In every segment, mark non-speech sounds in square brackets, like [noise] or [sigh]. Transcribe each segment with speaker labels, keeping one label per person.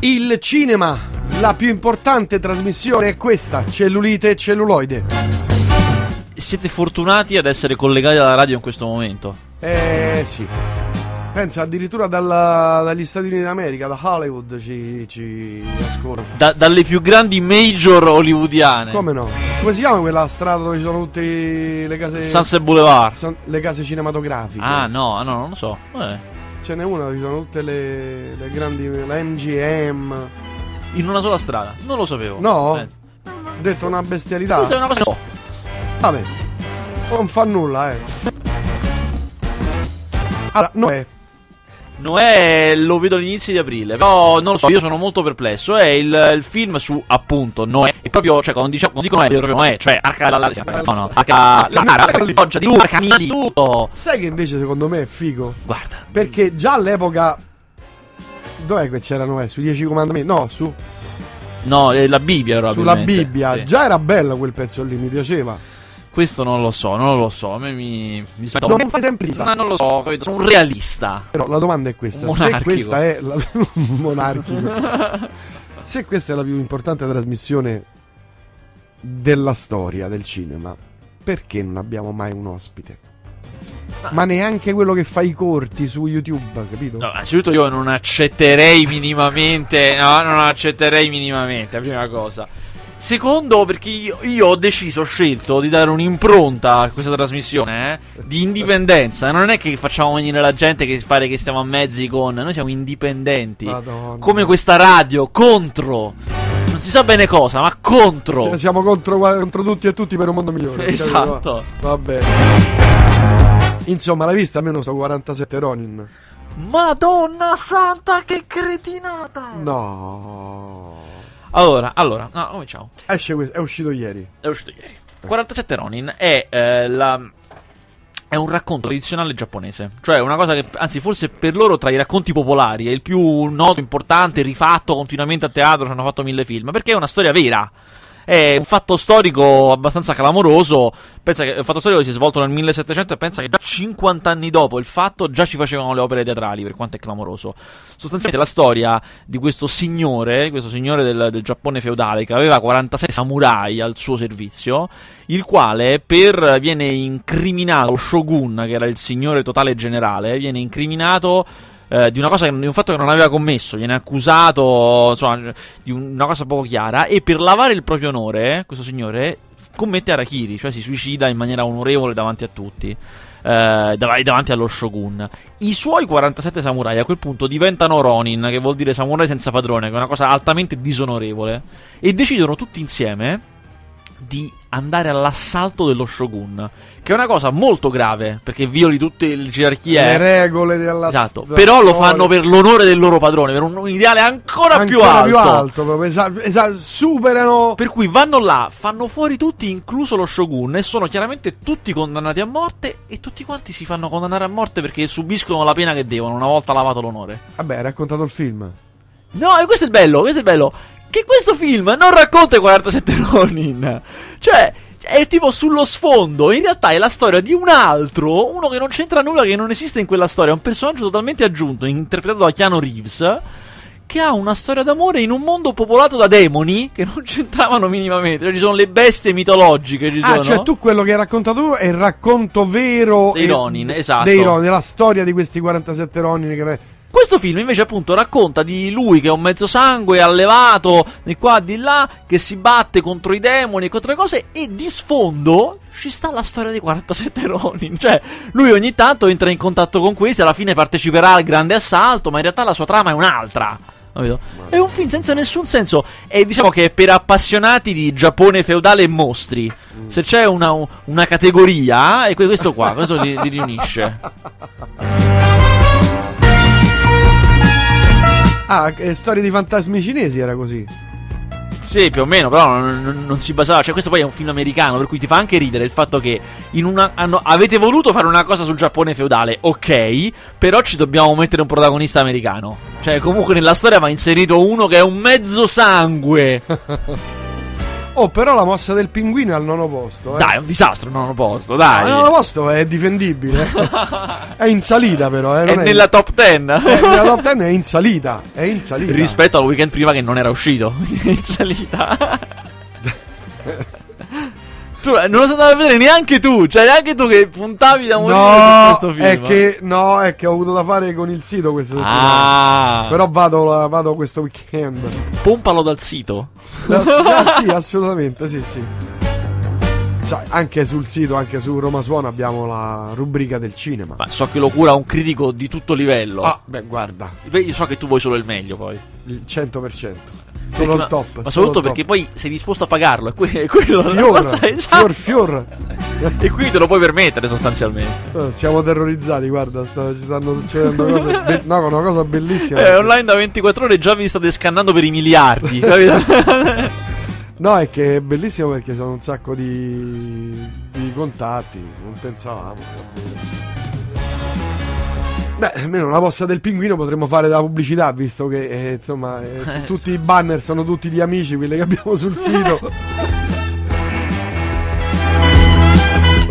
Speaker 1: il cinema. La più importante trasmissione è questa, cellulite e celluloide.
Speaker 2: Siete fortunati ad essere collegati alla radio in questo momento.
Speaker 1: Eh sì. Pensa addirittura dalla- dagli Stati Uniti d'America, da Hollywood ci, ci ascoltano.
Speaker 2: Da- dalle più grandi major hollywoodiane.
Speaker 1: Come no? Come si chiama quella strada dove ci sono tutte le case.
Speaker 2: Sunset Boulevard.
Speaker 1: son- le case cinematografiche.
Speaker 2: Ah no, ah, no, non lo so. Eh,
Speaker 1: Ce n'è una dove ci sono tutte le, le grandi. la MGM.
Speaker 2: in una sola strada. Non lo sapevo.
Speaker 1: No?
Speaker 2: Eh,
Speaker 1: Ho detto una bestialità.
Speaker 2: Questa è una cosa che so.
Speaker 1: Vabbè, non fa nulla, eh. Allora, eh, Noè,
Speaker 2: Noè lo vedo all'inizio di aprile, però non lo so, io sono molto perplesso. È il, il film su appunto Noè. È proprio, cioè, quando, diciamo, quando dico Noè, è proprio Noè, cioè arca la la no, no, arca la nara, arca di pioggia di lui, arca nera di tutto.
Speaker 1: sai che invece secondo me è figo?
Speaker 2: Guarda,
Speaker 1: Perché già all'epoca... Dov'è che c'era Noè? Sui Dieci Comandamenti? No, su,
Speaker 2: no, è la Bibbia
Speaker 1: sulla
Speaker 2: probabilmente.
Speaker 1: Bibbia.
Speaker 2: Sì.
Speaker 1: Già era bello quel pezzo lì, mi piaceva.
Speaker 2: Questo non lo so, non lo so, a me mi mi spaventa.
Speaker 1: Non fai semplista.
Speaker 2: Ma non lo so, capito? Sono
Speaker 1: [laughs]
Speaker 2: un realista.
Speaker 1: Però la domanda è questa. Se
Speaker 2: Monarchico.
Speaker 1: questa è la... [laughs] monarchico. Se questa è la più importante trasmissione della storia del cinema, perché non abbiamo mai un ospite? Ma neanche quello che fa i corti su YouTube, capito?
Speaker 2: Ah. No, innanzitutto io non accetterei minimamente. No, non accetterei minimamente, la prima cosa. Secondo, perché io, io ho deciso, ho scelto di dare un'impronta a questa trasmissione eh, di indipendenza. Non è che facciamo venire la gente che pare che stiamo a mezzi con. Noi siamo indipendenti.
Speaker 1: Madonna.
Speaker 2: Come questa radio, contro. Non si sa bene cosa, ma contro.
Speaker 1: Se- Siamo contro, contro tutti e tutti per un mondo migliore.
Speaker 2: Esatto.
Speaker 1: Vabbè. Insomma, l'hai vista almeno sto 47 Ronin.
Speaker 2: Madonna santa, che cretinata!
Speaker 1: No.
Speaker 2: Allora, allora, no, cominciamo.
Speaker 1: Esce questo, è uscito ieri.
Speaker 2: È uscito ieri. 47 Ronin è eh, la. È un racconto tradizionale giapponese, cioè una cosa che, anzi, forse per loro tra i racconti popolari è il più noto, importante, rifatto continuamente a teatro, ci hanno fatto mille film, perché è una storia vera. È un fatto storico abbastanza clamoroso. Pensa che il fatto storico si è svolto nel 1700 e pensa che già 50 anni dopo il fatto già ci facevano le opere teatrali, per quanto è clamoroso. Sostanzialmente la storia di questo signore, questo signore del, del Giappone feudale che aveva 46 samurai al suo servizio, il quale per, viene incriminato, lo shogun che era il signore totale generale, viene incriminato eh, di una cosa, che- di un fatto che non aveva commesso, viene accusato, insomma, di un- una cosa poco chiara e per lavare il proprio onore, questo signore commette Arakiri, cioè si suicida in maniera onorevole davanti a tutti. eh, dav- davanti allo shogun i suoi 47 samurai a quel punto diventano ronin che vuol dire samurai senza padrone che è una cosa altamente disonorevole e decidono tutti insieme di andare all'assalto dello shogun che è una cosa molto grave perché violi tutte le gerarchie
Speaker 1: Le
Speaker 2: eh,
Speaker 1: regole della
Speaker 2: Esatto,
Speaker 1: della
Speaker 2: però lo
Speaker 1: storia.
Speaker 2: fanno per l'onore del loro padrone, per un, un ideale ancora, più
Speaker 1: Ancora
Speaker 2: alto.
Speaker 1: proprio, esa- esa- superano
Speaker 2: Per cui vanno là, fanno fuori tutti, incluso lo shogun, e sono chiaramente tutti condannati a morte. E tutti quanti si fanno condannare a morte perché subiscono la pena che devono una volta lavato l'onore.
Speaker 1: Vabbè, hai raccontato il film.
Speaker 2: No, e questo è il bello, questo è il bello. Che questo film non racconta i 47 Ronin. Cioè, è tipo sullo sfondo. In realtà è la storia di un altro, uno che non c'entra nulla, che non esiste in quella storia. È un personaggio totalmente aggiunto, interpretato da Keanu Reeves. Che ha una storia d'amore in un mondo popolato da demoni che non c'entravano minimamente. Cioè, ci sono le bestie mitologiche. Ci
Speaker 1: Ah,
Speaker 2: sono.
Speaker 1: cioè tu quello che hai raccontato tu è il racconto vero
Speaker 2: Dei
Speaker 1: e-
Speaker 2: Ronin, esatto.
Speaker 1: Dei Ronin, la storia di questi 47 Ronin che
Speaker 2: Questo film invece appunto racconta di lui che è un mezzo sangue, allevato di qua e di là, che si batte contro i demoni e contro le cose e di sfondo ci sta la storia dei 47 Ronin, [laughs] cioè lui ogni tanto entra in contatto con questi, alla fine parteciperà al grande assalto, ma in realtà la sua trama è un'altra. capito? È un film senza nessun senso, è diciamo che è per appassionati di Giappone feudale e mostri. Se c'è una, una categoria, è que- questo qua, questo li- li riunisce.
Speaker 1: Ah, eh, storia di fantasmi cinesi era così.
Speaker 2: Sì, più o meno, però non, non- non si basava. Cioè, questo poi è un film americano, per cui ti fa anche ridere il fatto che in una, hanno- avete voluto fare una cosa sul Giappone feudale, ok, però ci dobbiamo mettere un protagonista americano.
Speaker 1: [laughs]
Speaker 2: Cioè, comunque nella storia va inserito uno che è un mezzo sangue.
Speaker 1: Oh, però la mossa del pinguino è al nono posto. Eh.
Speaker 2: Dai, è un disastro il nono posto, dai.
Speaker 1: Al nono posto è
Speaker 2: [laughs]
Speaker 1: difendibile. è in salita, però. Eh.
Speaker 2: è
Speaker 1: non
Speaker 2: nella top ten.
Speaker 1: eh, nella top 10 [laughs] è in salita. È in salita.
Speaker 2: Rispetto al weekend prima che non era uscito [laughs] in
Speaker 1: [laughs]
Speaker 2: salita. tu eh, non lo andato a vedere neanche tu, cioè neanche tu che puntavi da morire su questo
Speaker 1: No,
Speaker 2: film.
Speaker 1: è che, no, è che ho avuto da fare con il sito questa settimana.
Speaker 2: Ah,
Speaker 1: Però vado, vado questo weekend.
Speaker 2: pompalo dal sito. [laughs]
Speaker 1: No, s- no, sì, assolutamente, sì, sì. Sai, anche sul sito, anche su Roma Suona abbiamo la rubrica del cinema.
Speaker 2: Ma so che lo cura un critico di tutto livello.
Speaker 1: Ah, beh, guarda,
Speaker 2: Beh, Io so che tu vuoi solo il meglio poi.
Speaker 1: il 100%.
Speaker 2: Perché-
Speaker 1: Sono
Speaker 2: ma-
Speaker 1: il top. solo
Speaker 2: Ma soprattutto
Speaker 1: il top.
Speaker 2: perché poi sei disposto a pagarlo. È que- è quello la
Speaker 1: Fior,
Speaker 2: cosa, esatto.
Speaker 1: fior, fior. [laughs]
Speaker 2: E quindi te lo puoi permettere sostanzialmente.
Speaker 1: Eh, Siamo terrorizzati, guarda, sta- ci stanno succedendo cose. be- no, una cosa bellissima.
Speaker 2: Eh, online da 24 ore già vi state scannando per i miliardi. [laughs] capito?
Speaker 1: No, è che è bellissimo perché sono un sacco di, di contatti. Non pensavamo. Beh, almeno una mossa del pinguino potremmo fare da pubblicità, visto che eh, insomma
Speaker 2: [laughs]
Speaker 1: eh, tutti
Speaker 2: cioè.
Speaker 1: i banner sono tutti di amici, quelli che abbiamo sul sito.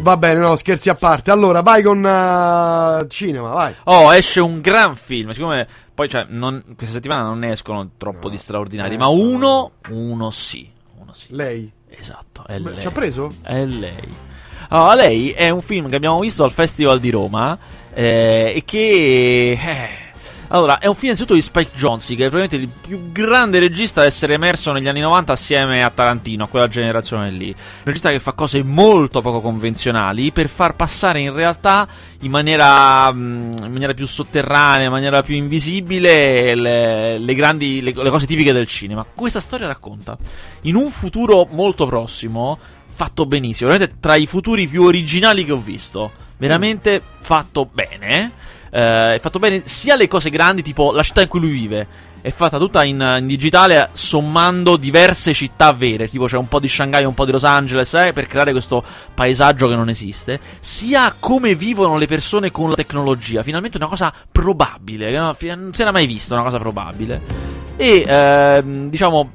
Speaker 1: Va bene, no, scherzi a parte. Allora, vai con eh, cinema, vai.
Speaker 2: oh, esce un gran film. Siccome poi, cioè, non- questa settimana non ne escono troppo
Speaker 1: No.
Speaker 2: di straordinari.
Speaker 1: Eh,
Speaker 2: ma uno, uno sì. Uno sì.
Speaker 1: Lei.
Speaker 2: Esatto, è
Speaker 1: Beh,
Speaker 2: lei.
Speaker 1: Ci ha preso?
Speaker 2: È lei. Allora, lei è un film che abbiamo visto al Festival di Roma eh, e che... eh, allora, è un film innanzitutto di Spike Jonze, che è probabilmente il più grande regista ad essere emerso negli anni 90 assieme a Tarantino, a quella generazione lì. Un regista che fa cose molto poco convenzionali per far passare in realtà in maniera, mm, in maniera più sotterranea, in maniera più invisibile le, le grandi, le- le cose tipiche del cinema. Questa storia racconta in un futuro molto prossimo, fatto benissimo. Veramente tra i futuri più originali che ho visto. Veramente fatto bene. Eh, è fatto bene sia le cose grandi, tipo la città in cui lui vive. È fatta tutta in, in digitale, sommando diverse città vere, tipo c'è un po' di Shanghai, un po' di Los Angeles, eh, per creare questo paesaggio che non esiste. Sia come vivono le persone con la tecnologia, finalmente una cosa probabile, che no- fi- non si era mai vista una cosa probabile. E ehm, diciamo,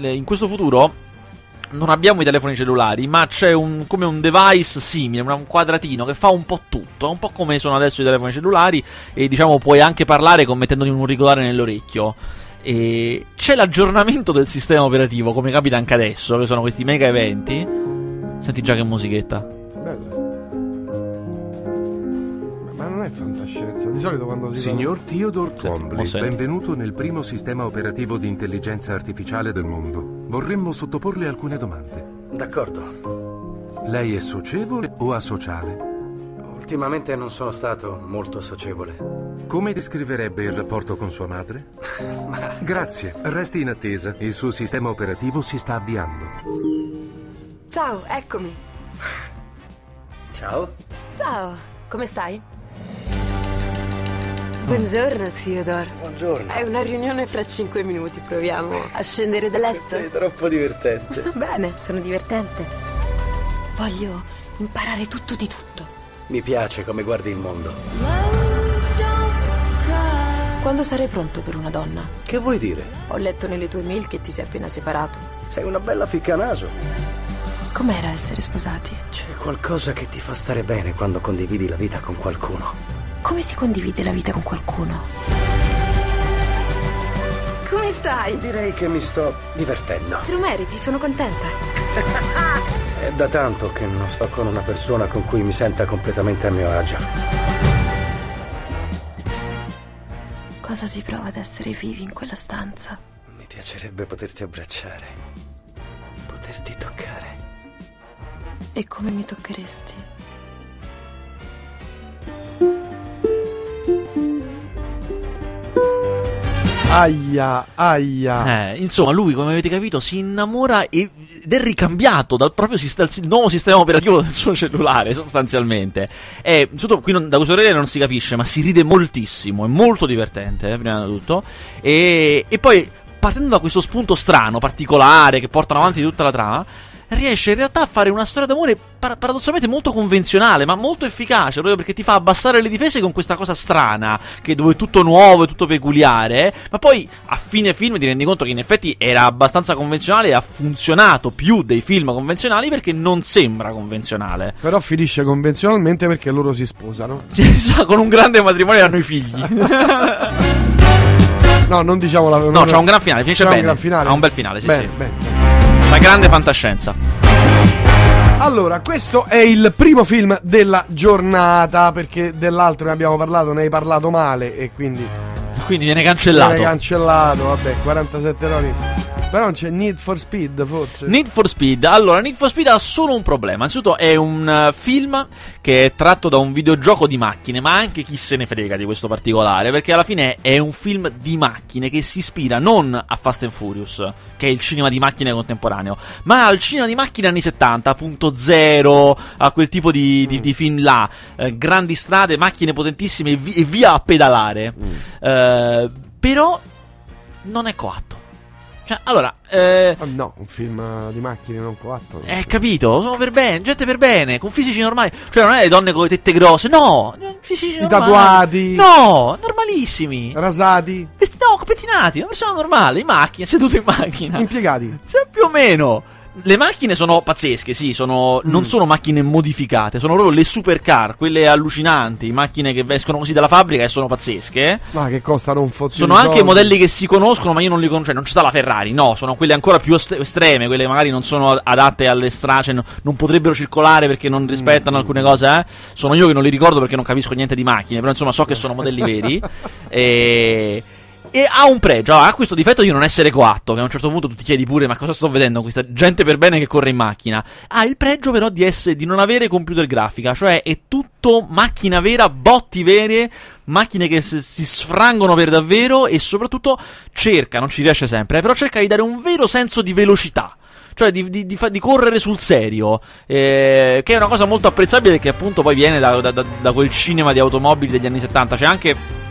Speaker 2: le- in questo futuro non abbiamo i telefoni cellulari, ma c'è un, come un device simile, un quadratino che fa un po' tutto, un po' come sono adesso i telefoni cellulari e diciamo puoi anche parlare con mettendogli un auricolare nell'orecchio. E c'è l'aggiornamento del sistema operativo, come capita anche adesso, che sono questi mega eventi. Senti già che musichetta.
Speaker 1: Bello. Ma- Ma non è fantascienza. Di solito quando si
Speaker 3: Signor Theodore
Speaker 2: Senti,
Speaker 3: Twombly,
Speaker 2: oh, senti.
Speaker 3: benvenuto nel primo sistema operativo di intelligenza artificiale del mondo. Vorremmo sottoporle alcune domande.
Speaker 4: D'accordo.
Speaker 3: Lei è socievole o asociale?
Speaker 4: Ultimamente non sono stato molto socievole.
Speaker 3: Come descriverebbe il rapporto con sua madre?
Speaker 4: Ma
Speaker 3: Grazie, resti in attesa. Il suo sistema operativo si sta avviando.
Speaker 5: Ciao, eccomi.
Speaker 4: ciao.
Speaker 5: Ciao, come stai? Buongiorno, Theodore.
Speaker 4: Buongiorno.
Speaker 5: È una riunione fra 5 minuti, proviamo a scendere da
Speaker 4: Sei
Speaker 5: letto.
Speaker 4: troppo divertente.
Speaker 5: Bene, sono divertente. Voglio imparare tutto di tutto.
Speaker 4: Mi piace come guardi il mondo.
Speaker 5: Quando sarai pronto per una donna?
Speaker 4: Che vuoi dire?
Speaker 5: Ho letto nelle tue mail che ti sei appena separato.
Speaker 4: Sei una bella ficcanaso.
Speaker 5: Com'era essere sposati?
Speaker 4: C'è qualcosa che ti fa stare bene quando condividi la vita con qualcuno.
Speaker 5: Come si condivide la vita con qualcuno? Come stai?
Speaker 4: Direi che mi sto divertendo.
Speaker 5: Te lo meriti, sono contenta.
Speaker 4: È da tanto che non sto con una persona con cui mi senta completamente a mio agio.
Speaker 5: Cosa si prova ad essere vivi in quella stanza?
Speaker 4: Mi piacerebbe poterti abbracciare. Poterti toccare.
Speaker 5: E come mi toccheresti?
Speaker 1: Aia, aia.
Speaker 2: Eh, insomma, lui, come avete capito, si innamora e- ed è ricambiato dal proprio sis- dal si- nuovo sistema operativo del suo cellulare, sostanzialmente. E, soprattutto, qui non- da questo trailer non si capisce, ma si ride moltissimo, è molto divertente, eh, prima di tutto. E, e poi, partendo da questo spunto strano, particolare, che portano avanti tutta la trama, riesce in realtà a fare una storia d'amore par- paradossalmente molto convenzionale, ma molto efficace, proprio perché ti fa abbassare le difese con questa cosa strana, che dove è tutto nuovo, è tutto peculiare, ma poi a fine film ti rendi conto che in effetti era abbastanza convenzionale e ha funzionato più dei film convenzionali perché non sembra convenzionale. [laughs]
Speaker 1: Però finisce convenzionalmente perché loro si sposano.
Speaker 2: Cioè, sa, con un grande matrimonio hanno
Speaker 1: [laughs]
Speaker 2: i figli.
Speaker 1: No, non diciamo la
Speaker 2: No, c'ha un gran finale, finisce
Speaker 1: C'ha
Speaker 2: bene.
Speaker 1: Un gran finale.
Speaker 2: Ha un bel finale, sì,
Speaker 1: Bene,
Speaker 2: sì.
Speaker 1: bene.
Speaker 2: La grande fantascienza.
Speaker 1: Allora, questo è il primo film della giornata perché dell'altro ne abbiamo parlato, ne hai parlato male e quindi
Speaker 2: Quindi viene
Speaker 1: l'hai
Speaker 2: cancellato.
Speaker 1: cancellato, vabbè, 47 errori. Però non c'è Need for Speed forse.
Speaker 2: Need for Speed. Allora, Need for Speed ha solo un problema. Innanzitutto è un eh, film che è tratto da un videogioco di macchine, ma anche chi se ne frega di questo particolare, perché alla fine è un film di macchine che si ispira non a Fast and Furious, che è il cinema di macchine contemporaneo, ma al cinema di macchine anni 70, punto zero, a quel tipo di, di- di film là. Eh, grandi strade, macchine potentissime e, vi- e via a pedalare. Eh, però non è coatto. Cioè, allora, eh,
Speaker 1: Ah, no, un film eh, di macchine non coatto.
Speaker 2: eh, capito, sono per bene, gente per bene, con fisici normali. Cioè, non è le donne con le tette grosse, no, eh, fisici
Speaker 1: I
Speaker 2: normali.
Speaker 1: tatuati.
Speaker 2: No, normalissimi.
Speaker 1: Rasati,
Speaker 2: Vesti- No, pettinati, una persona normale, in [laughs] macchina, seduto in macchina.
Speaker 1: impiegati.
Speaker 2: Cioè, più o meno. Le macchine sono pazzesche, sì, sono, non sono macchine modificate, sono proprio le supercar, quelle allucinanti, macchine che escono così dalla fabbrica e sono pazzesche. eh.
Speaker 1: Ma che costano un fottino.
Speaker 2: Sono
Speaker 1: di
Speaker 2: anche
Speaker 1: soldi.
Speaker 2: modelli che si conoscono, ma io non li conosco. Cioè, non ci sta la Ferrari, no. Sono quelle ancora più est- estreme, quelle che magari non sono adatte alle strade, cioè, no- non potrebbero circolare perché non rispettano alcune cose. eh. Sono io che non li ricordo perché non capisco niente di macchine, però insomma so che sono modelli veri. e... e ha un pregio, ha questo difetto di non essere coatto, che a un certo punto tu ti chiedi pure ma cosa sto vedendo questa gente per bene che corre in macchina. Ha il pregio però di, essere, di non avere computer grafica, cioè è tutto macchina vera, botti vere, macchine che s- si sfrangono per davvero e soprattutto cerca, non ci riesce sempre, eh, però cerca di dare un vero senso di velocità. Cioè di, di- di fa- di correre sul serio, eh, che è una cosa molto apprezzabile che appunto poi viene da, da- da- da quel cinema di automobili degli anni 70. C'è anche,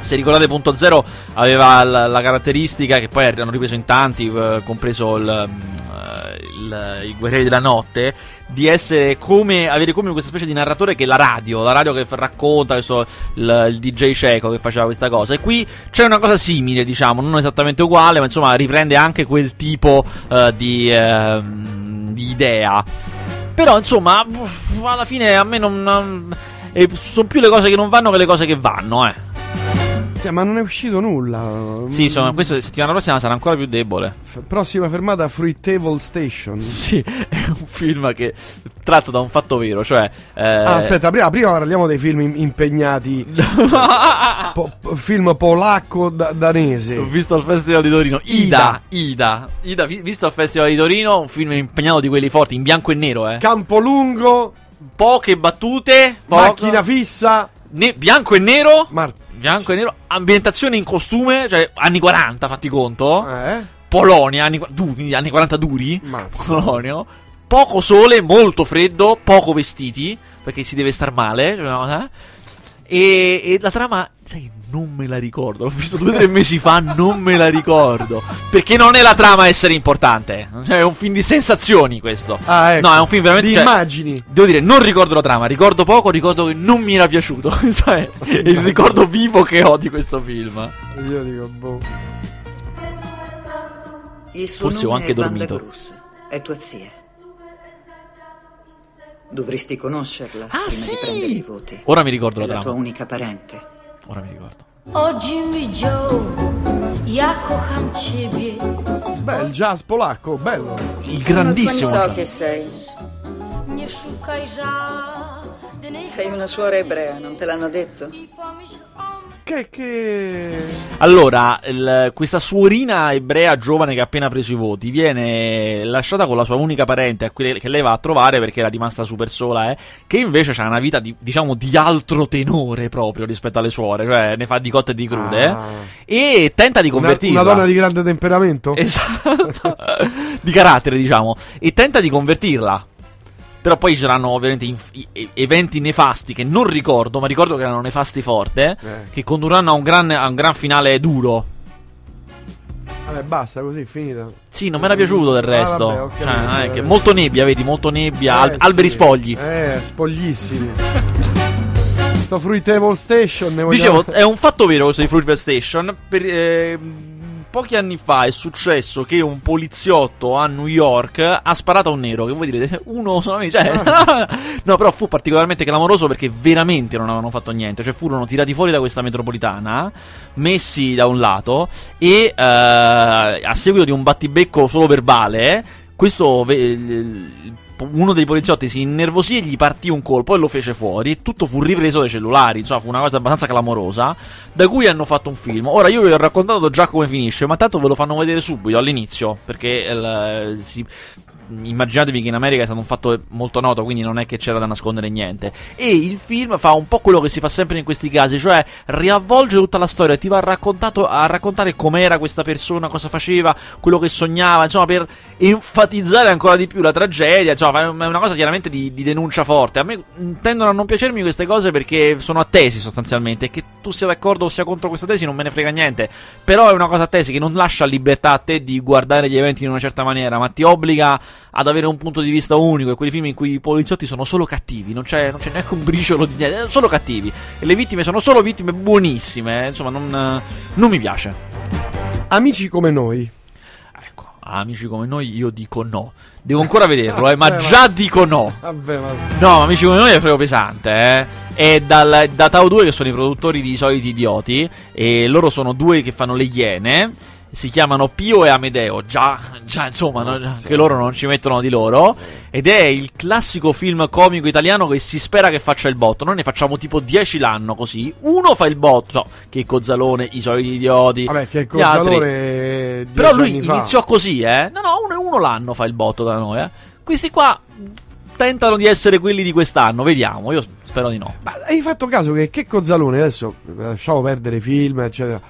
Speaker 2: se ricordate, punto zero aveva la, la caratteristica che poi hanno ripreso in tanti, eh, compreso il, mm, eh, il, il Guerrieri della Notte, di essere come avere come questa specie di narratore che è la radio, la radio che f- racconta questo, il, il DJ cieco che faceva questa cosa. E qui c'è una cosa simile, diciamo, non esattamente uguale, ma insomma riprende anche quel tipo eh, di, ehm, di idea. Però insomma, uff, alla fine a me non. non- eh, sono più le cose che non vanno che le cose che vanno, eh.
Speaker 1: Cioè, ma non è uscito nulla.
Speaker 2: Sì, insomma, questa settimana prossima sarà ancora più debole.
Speaker 1: F- Prossima fermata Free Table Station.
Speaker 2: [laughs] Sì, è un film che tratto da un fatto vero, cioè. eh,
Speaker 1: Ah, aspetta, prima, prima parliamo dei film im-
Speaker 2: [laughs]
Speaker 1: impegnati. Po- po- film polacco-danese.
Speaker 2: Ho visto al Festival di Torino Ida, Ida, Ida, vi- visto al Festival di Torino, un film impegnato di quelli forti, in bianco e nero, eh.
Speaker 1: Campolungo,
Speaker 2: Poche battute, poco-
Speaker 1: macchina fissa.
Speaker 2: ne- bianco e nero,
Speaker 1: Mar-
Speaker 2: bianco e nero, ambientazione in costume, cioè anni 40, fatti conto.
Speaker 1: eh?
Speaker 2: Polonia, anni, qu- duri, anni 40 duri.
Speaker 1: Mazza.
Speaker 2: Polonio. Poco sole, molto freddo, poco vestiti, perché si deve star male. cioè una cosa. E, e la trama, sai, che non me la ricordo. L'ho visto due o tre mesi fa, non me la ricordo. Perché non è la trama a essere importante. Cioè, è un film di sensazioni questo.
Speaker 1: Ah, ecco.
Speaker 2: No, è un film veramente...
Speaker 1: Di
Speaker 2: cioè,
Speaker 1: immagini.
Speaker 2: Devo dire, non ricordo la trama, ricordo poco, ricordo che non mi era piaciuto. [laughs] Questo è il ricordo vivo che ho di questo film. Ah,
Speaker 1: Io dico, boh.
Speaker 6: Il suo
Speaker 2: Forse ho
Speaker 6: nome
Speaker 2: anche
Speaker 6: è Wanda
Speaker 2: dormito.
Speaker 6: Cruz, è tua zia. Dovresti conoscerla
Speaker 2: Ah,
Speaker 6: prima
Speaker 2: sì!
Speaker 6: di prendere i voti.
Speaker 2: Ora mi ricordo la
Speaker 6: È la tua
Speaker 2: trama.
Speaker 6: unica parente.
Speaker 2: Ora mi ricordo.
Speaker 7: O Jimmy Joe, ja kocham ciebie.
Speaker 1: Bel jazz polacco, bello.
Speaker 2: Il grandissimo.
Speaker 6: So
Speaker 2: trama.
Speaker 6: che sei.
Speaker 7: Nie szukaj żadnej
Speaker 6: Sei una suora ebrea, non te l'hanno detto?
Speaker 7: i pomyśl o mnie.
Speaker 1: Che che
Speaker 2: Allora, il- questa suorina ebrea giovane che ha appena preso i voti viene lasciata con la sua unica parente, a cui- che lei va a trovare perché era rimasta super sola, eh, che invece ha una vita, di, diciamo, di altro tenore proprio rispetto alle suore, cioè ne fa di cotte e di crude,
Speaker 1: Ah.
Speaker 2: eh, e tenta di
Speaker 1: una,
Speaker 2: convertirla.
Speaker 1: una donna di grande temperamento?
Speaker 2: [laughs] Esatto, di carattere diciamo, e tenta di convertirla. Però poi ci saranno ovviamente inf- i- e- eventi nefasti che non ricordo, ma ricordo che erano nefasti forte,
Speaker 1: Eh.
Speaker 2: che condurranno a un gran, a un gran finale duro.
Speaker 1: Vabbè, basta così, finita.
Speaker 2: Sì, non mi era piaciuto del resto.
Speaker 1: Ah, vabbè, ho
Speaker 2: Cioè,
Speaker 1: capito,
Speaker 2: non è
Speaker 1: eh.
Speaker 2: che- molto nebbia, vedi, molto nebbia, al-
Speaker 1: Eh,
Speaker 2: alberi
Speaker 1: sì.
Speaker 2: spogli.
Speaker 1: Eh, spoglissimi. Sto fruitable station, ne vogliamo...
Speaker 2: Dicevo, è un fatto vero questo di Fruitvale Station. Per, eh, pochi anni fa è successo che un poliziotto a New York ha sparato a un nero. Che voi direte, [laughs] uno solamente. Cioè, [laughs] no, però fu particolarmente clamoroso perché veramente non avevano fatto niente. Cioè, furono tirati fuori da questa metropolitana, messi da un lato, e eh, a seguito di un battibecco solo verbale, questo. ve- il- il- uno dei poliziotti si innervosì e gli partì un colpo e lo fece fuori e tutto fu ripreso dai cellulari, insomma fu una cosa abbastanza clamorosa, da cui hanno fatto un film. Ora io vi ho raccontato già come finisce, ma tanto ve lo fanno vedere subito all'inizio, perché eh, si- immaginatevi che in America è stato un fatto molto noto, quindi non è che c'era da nascondere niente. E il film fa un po' quello che si fa sempre in questi casi, cioè riavvolge tutta la storia, ti va raccontato, a raccontare com'era questa persona, cosa faceva, quello che sognava, insomma, per enfatizzare ancora di più la tragedia, insomma, è una cosa chiaramente di, di denuncia forte. A me mh, tendono a non piacermi queste cose perché sono a tesi sostanzialmente, e che tu sia d'accordo o sia contro questa tesi non me ne frega niente, però è una cosa a tesi che non lascia libertà a te di guardare gli eventi in una certa maniera, ma ti obbliga ad avere un punto di vista unico e quei film in cui i poliziotti sono solo cattivi, non c'è, non c'è neanche un briciolo di niente, sono cattivi e le vittime sono solo vittime buonissime, eh, insomma non, non mi piace.
Speaker 1: Amici come noi.
Speaker 2: Ecco, amici come noi io dico no, devo ancora vederlo, [laughs] eh, ma già dico no.
Speaker 1: Vabbè, ma...
Speaker 2: No, ma amici come noi è proprio pesante, eh. È dal- da Tau 2 che sono i produttori di I Soliti Idioti. E loro sono due che fanno le iene. Si chiamano Pio e Amedeo. Già, già insomma, no- anche loro non ci mettono di loro. Ed è il classico film comico italiano che si spera che faccia il botto. Noi ne facciamo tipo 10 l'anno così. Uno fa il botto. No, che Cozzalone, I Soliti Idioti.
Speaker 1: Vabbè, che
Speaker 2: gli altri.
Speaker 1: Cozzalore
Speaker 2: Però lui iniziò così, eh. No, no, uno, uno l'anno fa il botto da noi, eh. Questi qua tentano di essere quelli di quest'anno, vediamo. Io spero di no.
Speaker 1: Ma hai fatto caso che Che Cozzalone adesso lasciamo perdere i film, eccetera.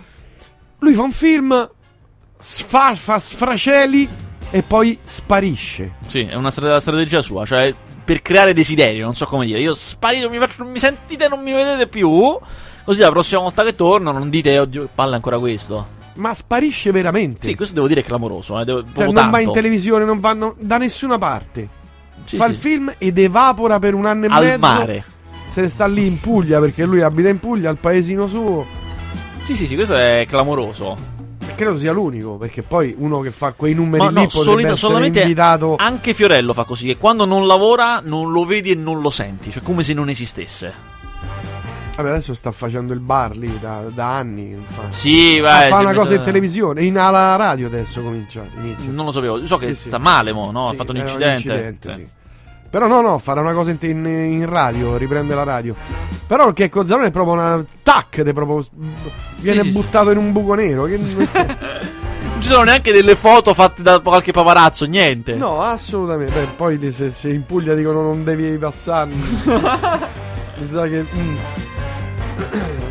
Speaker 1: Lui fa un film, sfa- fa sfraceli e poi sparisce.
Speaker 2: Sì, è una stra- strategia sua, cioè per creare desiderio, non so come dire. Io sparito, mi faccio, non mi sentite, non mi vedete più. Così la prossima volta che torno non dite, oddio, che palla è ancora questo.
Speaker 1: Ma sparisce veramente.
Speaker 2: Sì, questo devo dire è clamoroso, eh. Devo,
Speaker 1: cioè,
Speaker 2: proprio
Speaker 1: non
Speaker 2: tanto.
Speaker 1: va in televisione, non vanno da nessuna parte.
Speaker 2: Sì,
Speaker 1: fa
Speaker 2: sì.
Speaker 1: il film ed evapora per un anno e
Speaker 2: al
Speaker 1: mezzo.
Speaker 2: mare.
Speaker 1: Se ne sta lì in Puglia perché lui abita in Puglia, al paesino suo.
Speaker 2: Sì, sì, sì, questo è clamoroso.
Speaker 1: Credo sia l'unico, perché poi uno che fa quei numeri
Speaker 2: Ma
Speaker 1: lì
Speaker 2: no,
Speaker 1: potrebbe
Speaker 2: solita-
Speaker 1: essere
Speaker 2: solamente
Speaker 1: invitato.
Speaker 2: Anche Fiorello fa così, che quando non lavora non lo vedi e non lo senti, cioè come se non esistesse.
Speaker 1: Vabbè, adesso sta facendo il bar lì da, da anni. che non fa.
Speaker 2: Sì,
Speaker 1: Ah,
Speaker 2: vai.
Speaker 1: fa
Speaker 2: se
Speaker 1: una
Speaker 2: mi-
Speaker 1: cosa in televisione, in alla radio adesso comincia, inizia.
Speaker 2: Non lo sapevo, so che
Speaker 1: Sì, sì.
Speaker 2: sta male, mo, no? ha
Speaker 1: Sì,
Speaker 2: fatto un
Speaker 1: era
Speaker 2: incidente. Eh.
Speaker 1: incidente, sì. Però no, no, farà una cosa in, in- in radio, riprende la radio. Però che Cozzalone è proprio una tac, è proprio viene
Speaker 2: sì, sì.
Speaker 1: buttato in un buco nero. che-
Speaker 2: [laughs] [laughs] Non ci sono neanche delle foto fatte da qualche paparazzo, niente.
Speaker 1: no, assolutamente. Beh, poi se, se in Puglia dicono non devi passare. mi sa che mm.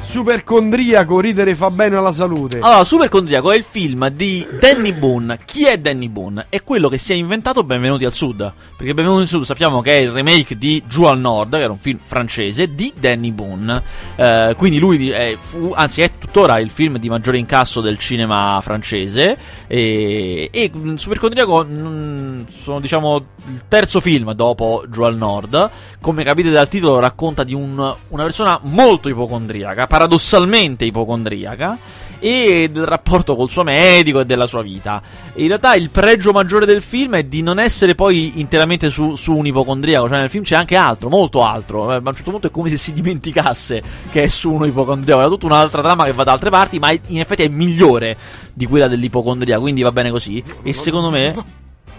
Speaker 1: Supercondriaco, ridere fa bene alla salute.
Speaker 2: Allora, Supercondriaco è il film di Danny Boone. Chi è Danny Boone? È quello che si è inventato Benvenuti al Sud. Perché Benvenuti al Sud sappiamo che è il remake di Giù al Nord, che era un film francese di Danny Boone. Eh, quindi lui di- è- fu- anzi, è tuttora il film di maggiore incasso del cinema francese. E, e mh, Supercondriaco mh, sono, diciamo, il terzo film dopo Giù al Nord. Come capite dal titolo, racconta di un- una persona molto ipocondriaca, paradossalmente ipocondriaca e del rapporto col suo medico e della sua vita. In realtà il pregio maggiore del film è di non essere poi interamente su, su un ipocondriaco, cioè nel film c'è anche altro, molto altro, Eh, ma a un certo punto è come se si dimenticasse che è su uno ipocondriaco, era tutta un'altra trama che va da altre parti, ma in effetti è migliore di quella dell'ipocondriaco, quindi va bene così. E secondo me,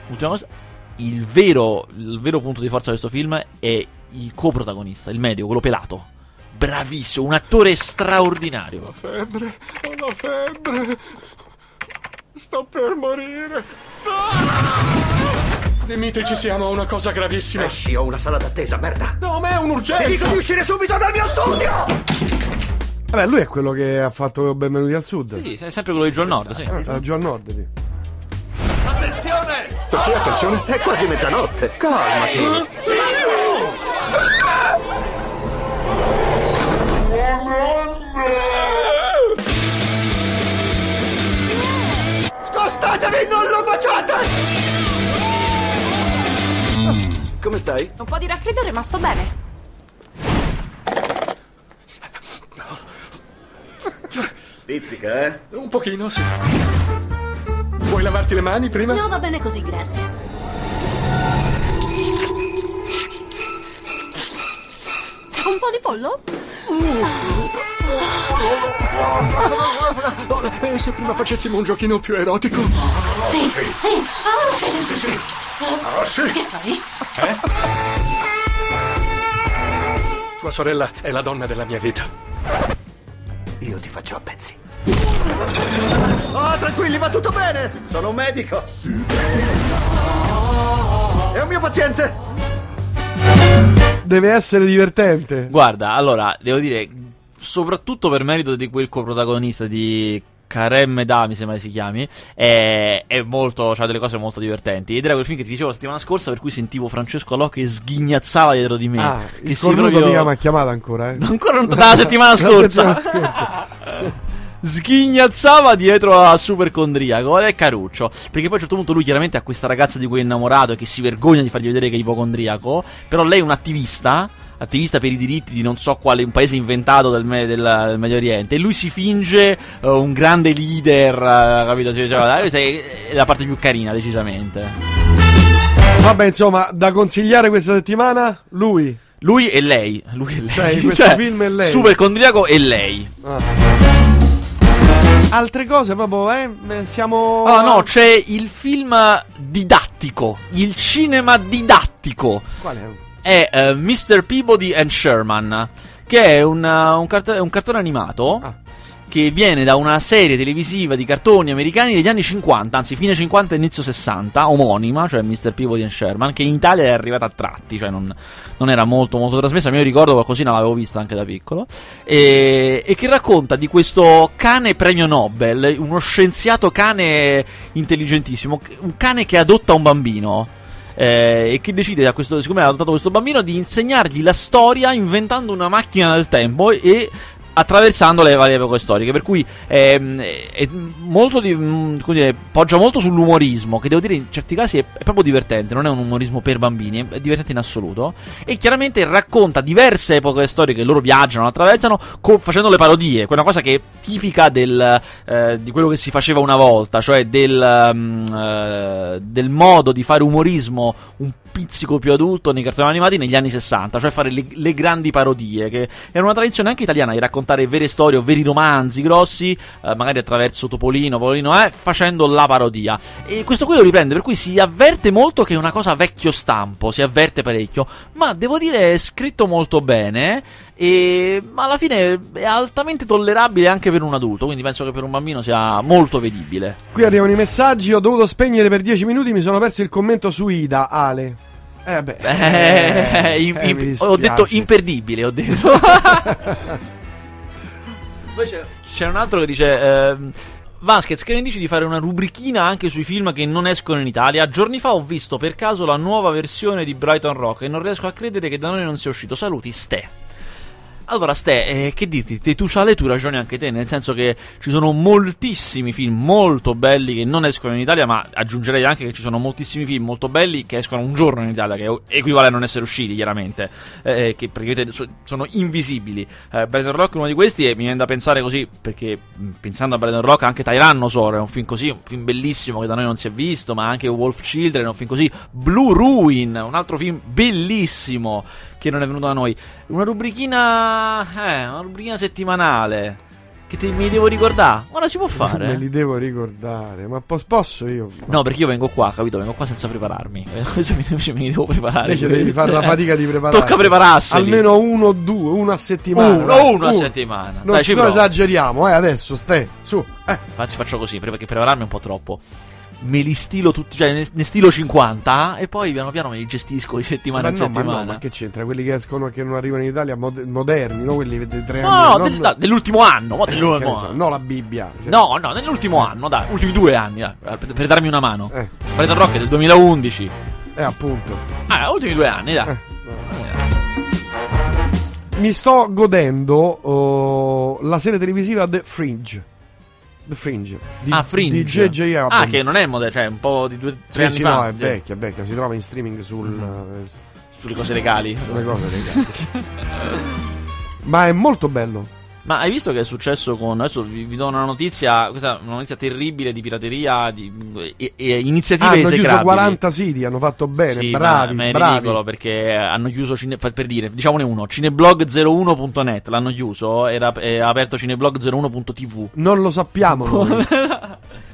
Speaker 2: ultima cosa, il vero, il vero punto di forza di questo film è il coprotagonista, il medico, quello pelato. Bravissimo, un attore straordinario.
Speaker 3: Febbre, ho la febbre. Sto per morire.
Speaker 8: Dimitri, ci siamo, una cosa gravissima.
Speaker 4: Esci, ho una sala d'attesa, merda!
Speaker 8: No, ma è
Speaker 4: Ti dico
Speaker 8: un'urgenza!
Speaker 4: di uscire subito dal mio studio!
Speaker 1: Vabbè, lui è quello che ha fatto Benvenuti al Sud.
Speaker 2: Sì, è sempre quello di Giù al Nord, sì.
Speaker 1: Ah, giù al nord, sì.
Speaker 8: Attenzione!
Speaker 4: Perché, attenzione? È quasi mezzanotte! Calmati! Scosta!
Speaker 9: baciatevi, non lo baciate!
Speaker 4: Come stai?
Speaker 10: Un po' di raffreddore, ma sto bene.
Speaker 4: Pizzica, eh?
Speaker 8: Un pochino, sì. Vuoi lavarti le mani prima?
Speaker 5: No, va bene così, grazie. Un po' di pollo?
Speaker 8: Eh, se prima facessimo un giochino più erotico.
Speaker 7: Sì, sì. Ah, sì, sì, sì.
Speaker 8: Ah,
Speaker 7: Che fai?
Speaker 8: Eh? Tua sorella è la donna della mia vita.
Speaker 4: Io ti faccio a pezzi.
Speaker 9: Oh, tranquilli, va tutto bene!
Speaker 4: Sono un medico!
Speaker 9: È un mio paziente!
Speaker 1: Deve essere divertente.
Speaker 2: Guarda, allora, devo dire, soprattutto per merito di quel coprotagonista di Karem Da, mi sembra si chiami, è, è molto, ha delle cose molto divertenti. Ed era quel film che ti dicevo la settimana scorsa, per cui sentivo Francesco Alò che sghignazzava dietro di me.
Speaker 1: Ah,
Speaker 2: che
Speaker 1: il
Speaker 2: si
Speaker 1: cornuto
Speaker 2: proprio-
Speaker 1: mica mi ha chiamato ancora, eh.
Speaker 2: Ancora non [laughs] dalla settimana scorsa.
Speaker 1: La settimana scorsa.
Speaker 2: Sghignazzava dietro a Supercondriaco ed è caruccio. Perché poi a un certo punto lui chiaramente ha questa ragazza di cui è innamorato e che si vergogna di fargli vedere che è ipocondriaco. Però lei è un attivista. Attivista per i diritti di non so quale un paese inventato del, me- del- del Medio Oriente. E lui si finge eh, un grande leader. eh, capito? Cioè, cioè, questa è è la parte più carina, decisamente.
Speaker 1: [laughs] Vabbè, insomma, da consigliare questa settimana lui.
Speaker 2: Lui e lei. Lui e lei.
Speaker 1: Beh,
Speaker 2: Cioè,
Speaker 1: Cioè, questo film è lei.
Speaker 2: Supercondriaco e lei.
Speaker 1: Altre cose proprio, eh? Siamo
Speaker 2: Ah no, c'è il film didattico, il cinema didattico.
Speaker 1: Qual è?
Speaker 2: È eh, Mr. Peabody and Sherman, che è una- un, cart- un cartone animato
Speaker 1: Ah.
Speaker 2: che viene da una serie televisiva di cartoni americani degli anni 50, anzi fine 50 e inizio 60, omonima, cioè Mr. Peabody and Sherman, che in Italia è arrivata a tratti, cioè non, non era molto molto trasmessa, ma io ricordo qualcosina l'avevo vista anche da piccolo, e, e che racconta di questo cane premio Nobel, uno scienziato cane intelligentissimo, un cane che adotta un bambino. eh, e che decide, a questo, siccome ha adottato questo bambino, di insegnargli la storia inventando una macchina del tempo e attraversando le varie epoche storiche. Per cui ehm, è, è molto di- mm, come dire, poggia molto sull'umorismo, che devo dire in certi casi è, è proprio divertente, non è un umorismo per bambini, è- è divertente in assoluto. E chiaramente racconta diverse epoche storiche, loro viaggiano, attraversano, co- facendo le parodie, quella cosa che è tipica del, eh, di quello che si faceva una volta, cioè del, mm, eh, del modo di fare umorismo un pizzico più adulto nei cartoni animati negli anni 60, cioè fare le, le grandi parodie, che era una tradizione anche italiana di raccontare vere storie o veri romanzi grossi, eh, magari attraverso Topolino, Polino, eh, facendo la parodia. E questo qui lo riprende, per cui si avverte molto che è una cosa vecchio stampo, si avverte parecchio, ma devo dire è scritto molto bene e ma alla fine è altamente tollerabile anche per un adulto, quindi penso che per un bambino sia molto vedibile.
Speaker 1: Qui arrivano i messaggi, ho dovuto spegnere per 10 minuti, mi sono perso il commento su Ida, Ale. Eh beh,
Speaker 2: Eh,
Speaker 1: eh,
Speaker 2: im-
Speaker 1: mi
Speaker 2: im- ho
Speaker 1: dispiace.
Speaker 2: detto imperdibile, ho detto.
Speaker 1: [laughs]
Speaker 2: Poi c'è, c'è un altro che dice. ehm, Vasquez, che ne dici di fare una rubrichina anche sui film che non escono in Italia? Giorni fa ho visto per caso la nuova versione di Brighton Rock e non riesco a credere che da noi non sia uscito. Saluti, Ste. Allora, Ste, eh, che dirti? Te, tu sale, tu ragioni anche te, nel senso che ci sono moltissimi film molto belli che non escono in Italia, ma aggiungerei anche che ci sono moltissimi film molto belli che escono un giorno in Italia, che è- equivale a non essere usciti, chiaramente, eh, che praticamente so- sono invisibili. Eh, Brandon Rock è uno di questi e mi viene da pensare così, perché mh, pensando a Brandon Rock anche Tyrannosaur è un film così, un film bellissimo che da noi non si è visto, ma anche Wolf Children è un film così, Blue Ruin, un altro film bellissimo che non è venuto da noi. Una rubrichina. Eh, una rubrichina settimanale. Che te- mi devo ricordare.
Speaker 1: [laughs]
Speaker 2: Ora si può
Speaker 1: Me
Speaker 2: fare.
Speaker 1: li devo ricordare, ma pos- posso io?
Speaker 2: No, perché io vengo qua, capito? Vengo qua senza prepararmi. [laughs] Invece mi, invece mi devo preparare.
Speaker 1: Invece devi fare la fatica di prepararti.
Speaker 2: Tocca prepararsi.
Speaker 1: Almeno uno o due, uno a settimana.
Speaker 2: Uno,
Speaker 1: dai.
Speaker 2: uno a settimana.
Speaker 1: Non,
Speaker 2: Dai, ci
Speaker 1: non
Speaker 2: provo.
Speaker 1: esageriamo, eh, adesso, Ste, su. Eh,
Speaker 2: Anzi, faccio così, pre- perché prepararmi è un po' troppo. Me li stilo tutti, cioè ne, ne stilo 50 e poi piano piano me li gestisco di
Speaker 1: ma
Speaker 2: settimana in
Speaker 1: no, ma
Speaker 2: settimana.
Speaker 1: no, ma che c'entra? Quelli che escono e che non arrivano in Italia, mod- moderni, no? Quelli dei tre anni.
Speaker 2: No,
Speaker 1: non- Eh,
Speaker 2: del- da- dell'ultimo anno, mo
Speaker 1: che ne
Speaker 2: dell'ultimo
Speaker 1: so,
Speaker 2: anno.
Speaker 1: no, la Bibbia. cioè.
Speaker 2: No, no, nell'ultimo anno, dai, ultimi due anni, dai, per, per darmi una mano.
Speaker 1: Eh,
Speaker 2: Predator Rock è del 2011.
Speaker 1: eh, appunto.
Speaker 2: Ah, ultimi due anni,
Speaker 1: Eh,
Speaker 2: dai.
Speaker 1: Mi sto godendo oh, la serie televisiva The Fringe. The Fringe. Di,
Speaker 2: ah, Fringe.
Speaker 1: Di J.J. Abrams.
Speaker 2: Ah, che non è moda, cioè, un po' di due,
Speaker 1: Sì,
Speaker 2: tre anni
Speaker 1: sì,
Speaker 2: fa.
Speaker 1: no, è
Speaker 2: sì. Mhm.
Speaker 1: vecchia, è vecchia. Si trova in streaming sul... eh, s-
Speaker 2: Sulle cose legali.
Speaker 1: sulle cose legali.
Speaker 2: [laughs]
Speaker 1: Ma è molto bello.
Speaker 2: Ma hai visto che è successo con. Adesso vi, vi do una notizia. Questa è una notizia terribile di pirateria. Di, e, e iniziative
Speaker 1: Ah, hanno chiuso
Speaker 2: esecrabili.
Speaker 1: 40 siti, hanno fatto bene,
Speaker 2: Sì, ma-
Speaker 1: bravi,
Speaker 2: ma è
Speaker 1: bravi.
Speaker 2: ridicolo perché hanno chiuso cine- fa- per dire, diciamone uno, cineblog01.net l'hanno chiuso, era è
Speaker 1: [laughs]
Speaker 2: aperto cineblog01.tv.
Speaker 1: Non lo sappiamo noi.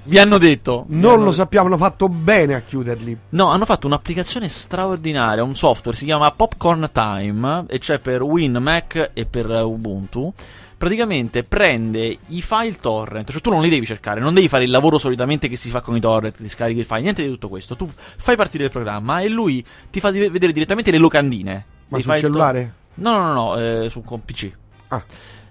Speaker 2: Vi hanno detto. Vi
Speaker 1: Non
Speaker 2: hanno
Speaker 1: lo
Speaker 2: detto.
Speaker 1: sappiamo, hanno fatto bene a chiuderli.
Speaker 2: No, hanno fatto un'applicazione straordinaria, un software, si chiama Popcorn Time e c'è per Win, Mac e per eh, Ubuntu. Praticamente prende i file torrent, cioè tu non li devi cercare, non devi fare il lavoro solitamente che si fa con i torrent, ti scarichi il file, niente di tutto questo. Tu fai partire il programma e lui ti fa di- vedere direttamente le locandine.
Speaker 1: Ma
Speaker 2: dei
Speaker 1: sul
Speaker 2: file tor-
Speaker 1: cellulare?
Speaker 2: No, no, no, no, eh, su un com- PC.
Speaker 1: Ah.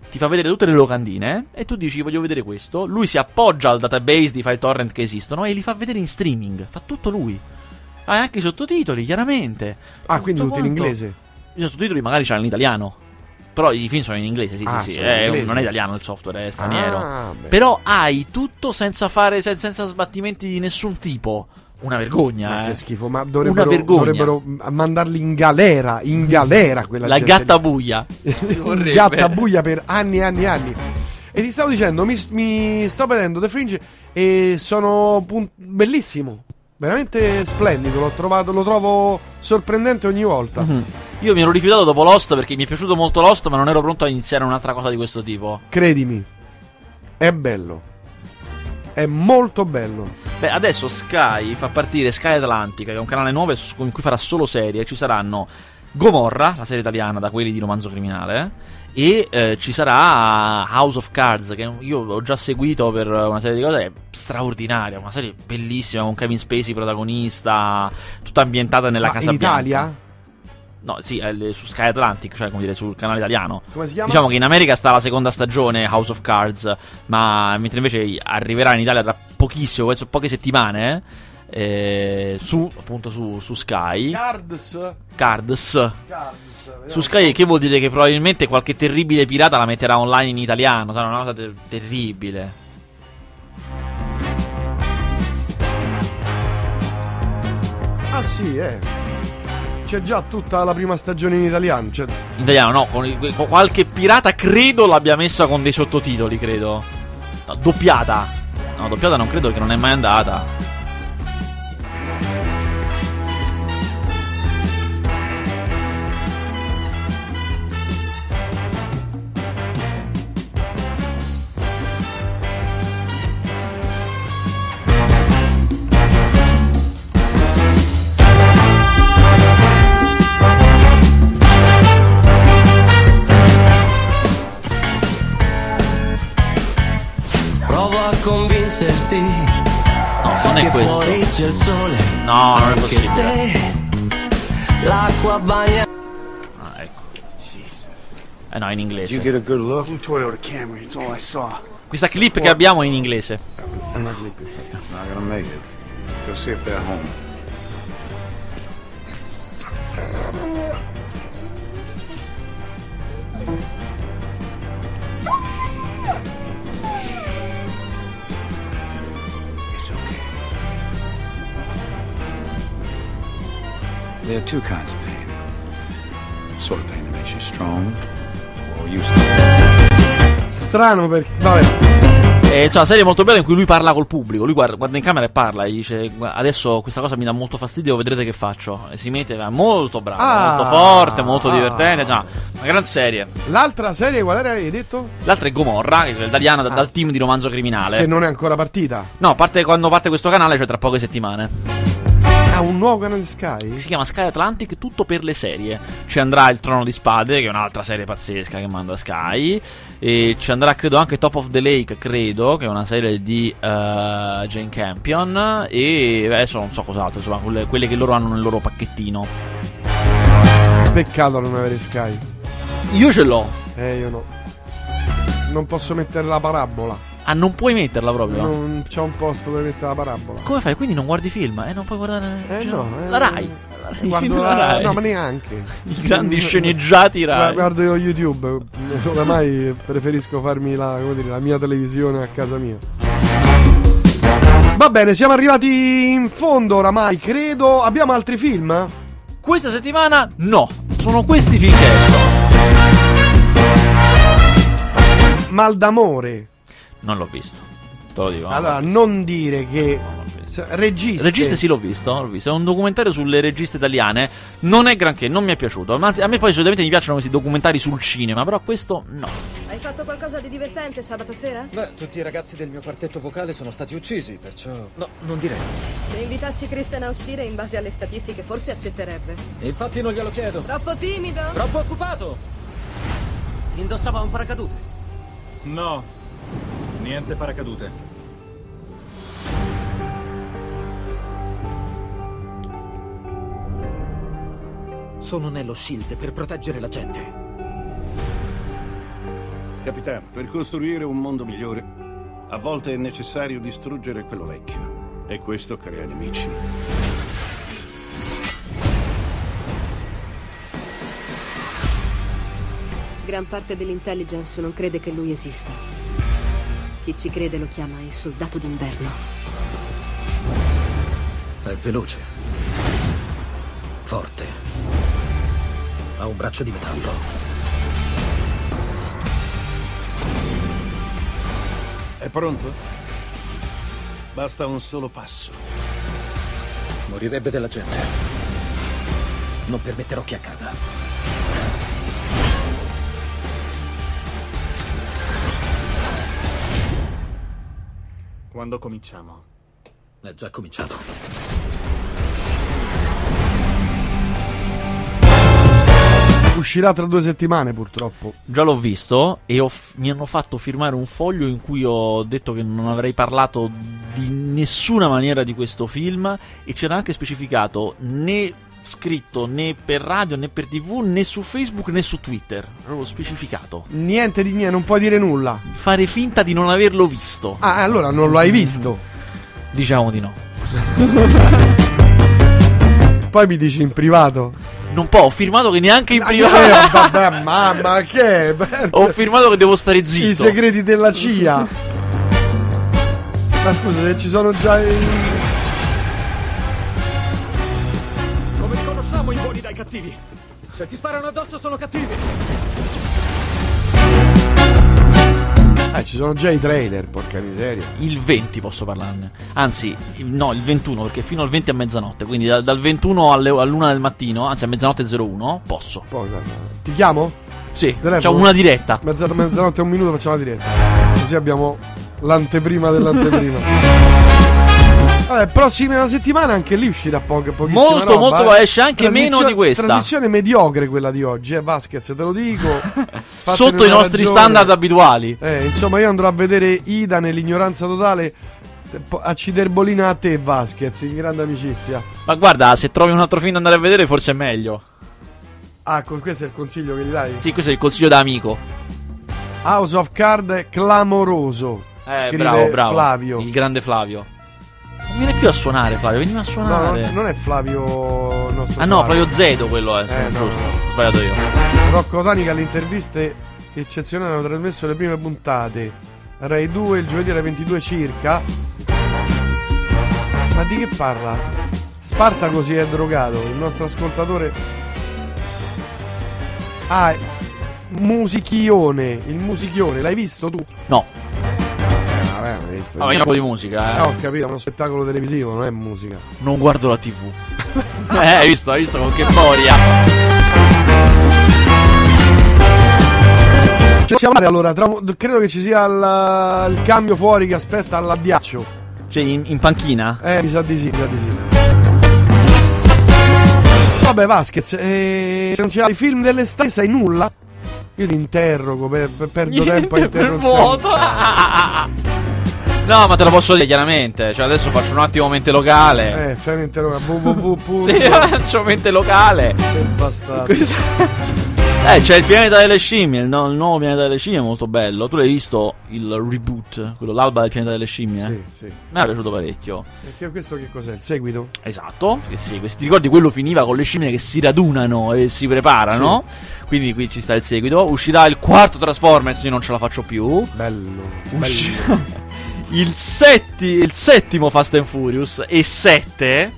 Speaker 2: Ti fa vedere tutte le locandine e tu dici voglio vedere questo. Lui si appoggia al database di file torrent che esistono e li fa vedere in streaming. Fa tutto lui. Ha anche i sottotitoli, chiaramente.
Speaker 1: Ah, quindi
Speaker 2: Tutto
Speaker 1: tutti in
Speaker 2: quanto.
Speaker 1: inglese.
Speaker 2: I sottotitoli magari c'hanno in italiano. Però i film sono in inglese, sì,
Speaker 1: Ah,
Speaker 2: sì, sì.
Speaker 1: sono in
Speaker 2: È un-
Speaker 1: inglese.
Speaker 2: non è italiano il software, è straniero.
Speaker 1: Ah, beh.
Speaker 2: Però hai tutto senza fare, sen- senza sbattimenti di nessun tipo. Una vergogna,
Speaker 1: Ma
Speaker 2: eh.
Speaker 1: che schifo, ma dovrebbero,
Speaker 2: Una vergogna.
Speaker 1: dovrebbero m- mandarli in galera, in galera quella
Speaker 2: La
Speaker 1: gente lì.
Speaker 2: gatta buia.
Speaker 1: [laughs] In
Speaker 2: Vorrebbe.
Speaker 1: gatta buia per anni e anni e anni. E ti stavo dicendo, mi, mi sto vedendo The Fringe e sono pun- bellissimo. Veramente splendido, l'ho trovato, lo trovo sorprendente ogni volta.
Speaker 2: Mhm. Mm-hmm. Io mi ero rifiutato dopo Lost perché mi è piaciuto molto Lost, ma non ero pronto a iniziare un'altra cosa di questo tipo.
Speaker 1: Credimi, è bello. È molto bello.
Speaker 2: Beh, adesso Sky fa partire Sky Atlantica, che è un canale nuovo su- in cui farà solo serie. Ci saranno Gomorra, la serie italiana da quelli di romanzo criminale. E eh, ci sarà House of Cards, che io ho già seguito per una serie di cose è straordinaria. Una serie bellissima con Kevin Spacey protagonista, tutta ambientata nella
Speaker 1: Ma
Speaker 2: Casa
Speaker 1: in
Speaker 2: Bianca.
Speaker 1: Italia?
Speaker 2: No, sì, è l- su Sky Atlantic, cioè come dire sul canale italiano.
Speaker 1: Come si chiama?
Speaker 2: Diciamo che in America sta la seconda stagione House of Cards, ma mentre invece arriverà in Italia tra pochissimo, penso poche settimane, eh, su, appunto su, su Sky
Speaker 1: Cards.
Speaker 2: Cards.
Speaker 1: Cards, vediamo.
Speaker 2: Su Sky che vuol dire che probabilmente qualche terribile pirata la metterà online in italiano, sarà una cosa ter- terribile.
Speaker 1: Ah sì, eh. C'è già tutta la prima stagione in italiano. Cioè,
Speaker 2: In italiano no, con, i- con qualche pirata credo l'abbia messa con dei sottotitoli, credo. No, doppiata. No, doppiata non credo che non è mai andata.
Speaker 7: Provo a convincerti
Speaker 2: No, non è
Speaker 7: che
Speaker 2: questo.
Speaker 7: fuori c'è il sole.
Speaker 2: No, non è
Speaker 7: Anche
Speaker 2: possibile.
Speaker 7: se l'acqua bagna.
Speaker 2: Ah, ecco. Eh no, in inglese. Questa clip che abbiamo è in inglese.
Speaker 11: There are two kinds of pain. The sort of pain that makes you strong or useless.
Speaker 1: strano perché... Vabbè.
Speaker 2: E c'è una Eh, cioè, serie molto bella in cui lui parla col pubblico. Lui guarda, guarda in camera e parla. E dice: "Gua- Adesso questa cosa mi dà molto fastidio, vedrete che faccio. E si mette, va, molto bravo,
Speaker 1: Ah.
Speaker 2: molto forte, molto
Speaker 1: Ah.
Speaker 2: divertente. Insomma, una gran serie.
Speaker 1: L'altra serie qual era, hai detto?
Speaker 2: L'altra è Gomorra, che è quella italiana da- dal team di romanzo criminale.
Speaker 1: Ah. Che non è ancora partita.
Speaker 2: No, parte quando parte questo canale, cioè tra poche settimane.
Speaker 1: Ah, un nuovo canale Sky?
Speaker 2: Si chiama Sky Atlantic, tutto per le serie. Ci andrà Il Trono di Spade, che è un'altra serie pazzesca che manda Sky. E ci andrà, credo, anche Top of the Lake, credo, che è una serie di eh, Jane Campion. E adesso non so cos'altro, insomma, quelle, quelle che loro hanno nel loro pacchettino.
Speaker 1: Peccato non avere Sky.
Speaker 2: Io ce l'ho.
Speaker 1: Eh, io no. Non posso mettere la parabola.
Speaker 2: Ah, non puoi metterla proprio.
Speaker 1: Non c'è un posto dove mettere la parabola.
Speaker 2: Come fai? Quindi non guardi film? Eh, non puoi guardare.
Speaker 1: Eh
Speaker 2: cioè,
Speaker 1: no, eh,
Speaker 2: la Rai. I film
Speaker 1: Guardo
Speaker 2: della
Speaker 1: la...
Speaker 2: Rai.
Speaker 1: No, ma neanche. [laughs]
Speaker 2: I grandi sceneggiati
Speaker 1: Gua-
Speaker 2: Rai.
Speaker 1: Guardo io YouTube. Oramai preferisco farmi la, come dire, la mia televisione a casa mia. Va bene, siamo arrivati in fondo oramai, credo. Abbiamo altri film?
Speaker 2: Questa settimana no. Sono questi film che escono.
Speaker 1: Mal d'amore.
Speaker 2: Non l'ho visto. Te lo dico. no.
Speaker 1: Allora, non dire che. S- Registe.
Speaker 2: Registe sì l'ho visto, l'ho visto, è un documentario sulle registe italiane, non è granché, non mi è piaciuto, ma anzi, a me poi solitamente mi piacciono questi documentari sul cinema, però questo no.
Speaker 12: Hai fatto qualcosa di divertente sabato sera?
Speaker 13: Beh, tutti i ragazzi del mio quartetto vocale sono stati uccisi, perciò. No, non direi.
Speaker 12: Se invitassi Kristen a uscire in base alle statistiche forse accetterebbe.
Speaker 13: Infatti non glielo chiedo.
Speaker 12: Troppo timido?
Speaker 13: Troppo occupato! Indossava un paracadute.
Speaker 14: No, niente paracadute.
Speaker 13: Sono nello shield per proteggere la gente.
Speaker 15: Capitano, per costruire un mondo migliore, a volte è necessario distruggere quello vecchio. E questo crea nemici.
Speaker 12: Gran parte dell'intelligence non crede che lui esista. Chi ci crede lo chiama il soldato d'inverno.
Speaker 13: È veloce. Forte. Ha un braccio di metallo.
Speaker 15: È pronto? Basta un solo passo.
Speaker 13: Morirebbe della gente. Non permetterò che accada.
Speaker 14: Quando cominciamo?
Speaker 13: È già cominciato.
Speaker 1: Uscirà tra due settimane, purtroppo.
Speaker 2: Già l'ho visto e ho f- mi hanno fatto firmare un foglio in cui ho detto che non avrei parlato di nessuna maniera di questo film e c'era anche specificato né scritto né per radio né per tv né su Facebook né su Twitter. Avevo specificato.
Speaker 1: Niente di niente, non puoi dire nulla.
Speaker 2: Fare finta di non averlo visto.
Speaker 1: Ah, allora non lo hai visto.
Speaker 2: Diciamo di no.
Speaker 1: Poi mi dici in privato.
Speaker 2: Non può, ho firmato che neanche in
Speaker 1: Eh,
Speaker 2: privato.
Speaker 1: vabbè, mamma,
Speaker 2: [laughs]
Speaker 1: che.
Speaker 2: ho firmato che devo stare zitto.
Speaker 1: I segreti della CIA. Ma scusa, se ci sono già. i-
Speaker 14: Come riconosciamo i buoni dai cattivi?
Speaker 13: Se ti sparano addosso sono cattivi!
Speaker 1: Eh, ci sono già i trailer, porca miseria.
Speaker 2: Il 20 posso parlarne. Anzi, il- no, il 21, perché fino al 20 a mezzanotte. Quindi da- dal 21 alle, all'1 del mattino, anzi a mezzanotte 01, posso.
Speaker 1: Ti chiamo?
Speaker 2: Sì,
Speaker 1: Telefono?
Speaker 2: c'ho una diretta.
Speaker 1: Mezzanotte, mezzanotte, un minuto, facciamo la diretta. Così abbiamo l'anteprima dell'anteprima. Vabbè, prossima settimana anche lì uscirà po- pochissima
Speaker 2: Molto,
Speaker 1: roba,
Speaker 2: molto,
Speaker 1: eh.
Speaker 2: esce anche meno
Speaker 1: Trasmissione-
Speaker 2: di questa.
Speaker 1: Trasmissione mediocre quella di oggi, eh, Vasquez, te lo
Speaker 2: [laughs]
Speaker 1: dico. Fatene
Speaker 2: Sotto i
Speaker 1: una
Speaker 2: nostri
Speaker 1: ragione.
Speaker 2: standard abituali.
Speaker 1: Eh, insomma, io andrò a vedere Ida nell'ignoranza totale. eh, po- A Ciderbolina a te, Vasquez, in grande amicizia.
Speaker 2: Ma guarda, se trovi un altro film da andare a vedere, forse è meglio.
Speaker 1: Ah, con- questo è il consiglio che gli dai?
Speaker 2: Sì, questo è il consiglio da amico.
Speaker 1: House of Card è clamoroso.
Speaker 2: Eh,
Speaker 1: scrive
Speaker 2: bravo, bravo.
Speaker 1: Flavio.
Speaker 2: Il grande Flavio. Non viene più a suonare, Flavio, veniva a
Speaker 1: No,
Speaker 2: suonare.
Speaker 1: no, non è Flavio. il nostro
Speaker 2: ah no,
Speaker 1: Flavio.
Speaker 2: Flavio Zedo quello è.
Speaker 1: Eh, no.
Speaker 2: giusto, ho sbagliato io.
Speaker 1: Rocco Tanica alle interviste eccezionali hanno trasmesso le prime puntate. Rai 2 il giovedì alle 22 circa. Ma di che parla? Spartaco si è drogato, il nostro ascoltatore. Ah, musichione, il musichione, l'hai visto tu?
Speaker 2: No,
Speaker 1: Eh, vabbè, l'hai visto.
Speaker 2: ma un po' di musica, eh.
Speaker 1: Eh, ho capito, è uno spettacolo televisivo, non è musica.
Speaker 2: Non guardo la TV. [laughs] eh, hai visto, hai visto con che boria.
Speaker 1: Cioè, siamo andati, allora, tra- credo che ci sia il, il cambio fuori che aspetta all'addiaccio.
Speaker 2: Cioè, in, in panchina?
Speaker 1: Eh, mi sa di sì, mi sa di sì. Vabbè, Vasquez, eh, se non c'è i film dell'estate, sai nulla? Io ti interrogo, per, per- perdo tempo a
Speaker 2: Niente, per
Speaker 1: interrogarti.
Speaker 2: vuoto. No, ma te lo posso dire chiaramente. Cioè, adesso faccio un attimo mente locale.
Speaker 1: Eh, fai
Speaker 2: [laughs]
Speaker 1: un'interroga www.
Speaker 2: Sì, [laughs] faccio mente locale.
Speaker 1: Che bastardo.
Speaker 2: Eh, c'è il pianeta delle scimmie, il, no- il nuovo pianeta delle scimmie è molto bello. Tu l'hai visto il reboot, quello l'alba del pianeta delle scimmie?
Speaker 1: Sì, sì.
Speaker 2: Mi è piaciuto parecchio.
Speaker 1: Perché questo che cos'è? Il seguito?
Speaker 2: Esatto, eh sì, questi- ti ricordi quello finiva con le scimmie che si radunano e si preparano? Quindi qui ci sta il seguito. Uscirà il quarto Transformers, io non ce la faccio più.
Speaker 1: Bello.
Speaker 2: Usci-
Speaker 1: bello.
Speaker 2: [laughs] il, setti- il settimo Fast and Furious e 7.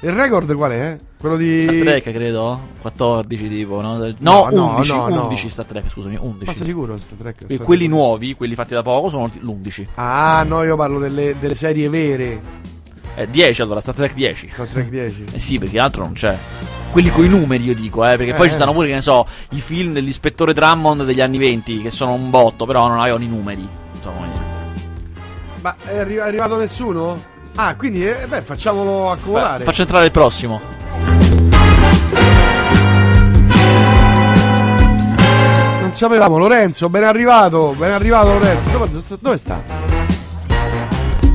Speaker 1: Il record qual è? eh? Quello di
Speaker 2: Star Trek, credo. 14 tipo, no? No,
Speaker 1: no,
Speaker 2: 11,
Speaker 1: no, no.
Speaker 2: 11 Star Trek, scusami, 11.
Speaker 1: Ma sei sicuro Star Trek?
Speaker 2: Que- quelli nuovi, quelli fatti da poco, sono l'11.
Speaker 1: Ah, no, io parlo delle, delle serie vere.
Speaker 2: Eh, 10 allora, Star Trek 10.
Speaker 1: Star Trek 10.
Speaker 2: Eh sì, perché l'altro non c'è. Quelli coi numeri io dico, eh, perché poi
Speaker 1: Eh.
Speaker 2: ci stanno pure, che ne so, i film dell'ispettore Drummond degli anni 20, che sono un botto, però non avevano i numeri. Insomma,
Speaker 1: Ma è arri- è arrivato nessuno? Ah, quindi eh, beh, facciamolo accumulare.
Speaker 2: faccio entrare il prossimo.
Speaker 1: Non sapevamo, Lorenzo, ben arrivato, ben arrivato Lorenzo. Dove, dove sta?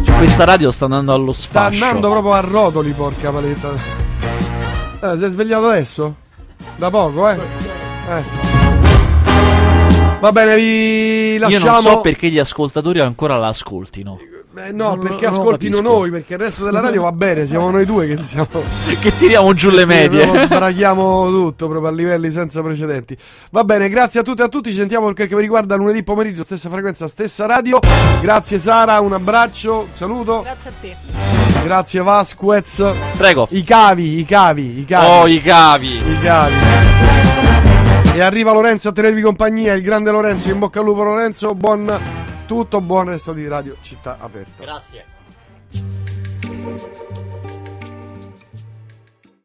Speaker 2: Cioè, questa radio sta andando allo
Speaker 1: Sta
Speaker 2: sfascio.
Speaker 1: andando proprio a rotoli, porca paletta. Eh, si è svegliato adesso? Da poco, eh? Eh. Va bene, vi lasciamo.
Speaker 2: Io non so perché gli ascoltatori ancora la ascoltino. [laughs]
Speaker 1: Eh, no, perché
Speaker 2: non lo
Speaker 1: ascoltino
Speaker 2: capisco.
Speaker 1: noi, perché il resto della radio va bene, siamo noi due che siamo.
Speaker 2: Che tiriamo giù le
Speaker 1: Proprio [laughs]
Speaker 2: medie.
Speaker 1: Sbaragliamo tutto proprio a livelli senza precedenti. Va bene, grazie a tutte e a tutti. Ci sentiamo per quel che vi riguarda lunedì pomeriggio, stessa frequenza, stessa radio. Grazie Sara, un abbraccio, un saluto.
Speaker 16: Grazie a te.
Speaker 1: Grazie Vasquez.
Speaker 2: [laughs] Prego.
Speaker 1: I cavi, i cavi, i cavi.
Speaker 2: Oh, i cavi.
Speaker 1: I cavi. E arriva Lorenzo a tenervi compagnia, il grande Lorenzo, in bocca al lupo Lorenzo, buon tutto, buon resto di Radio Città Aperta.
Speaker 2: Grazie.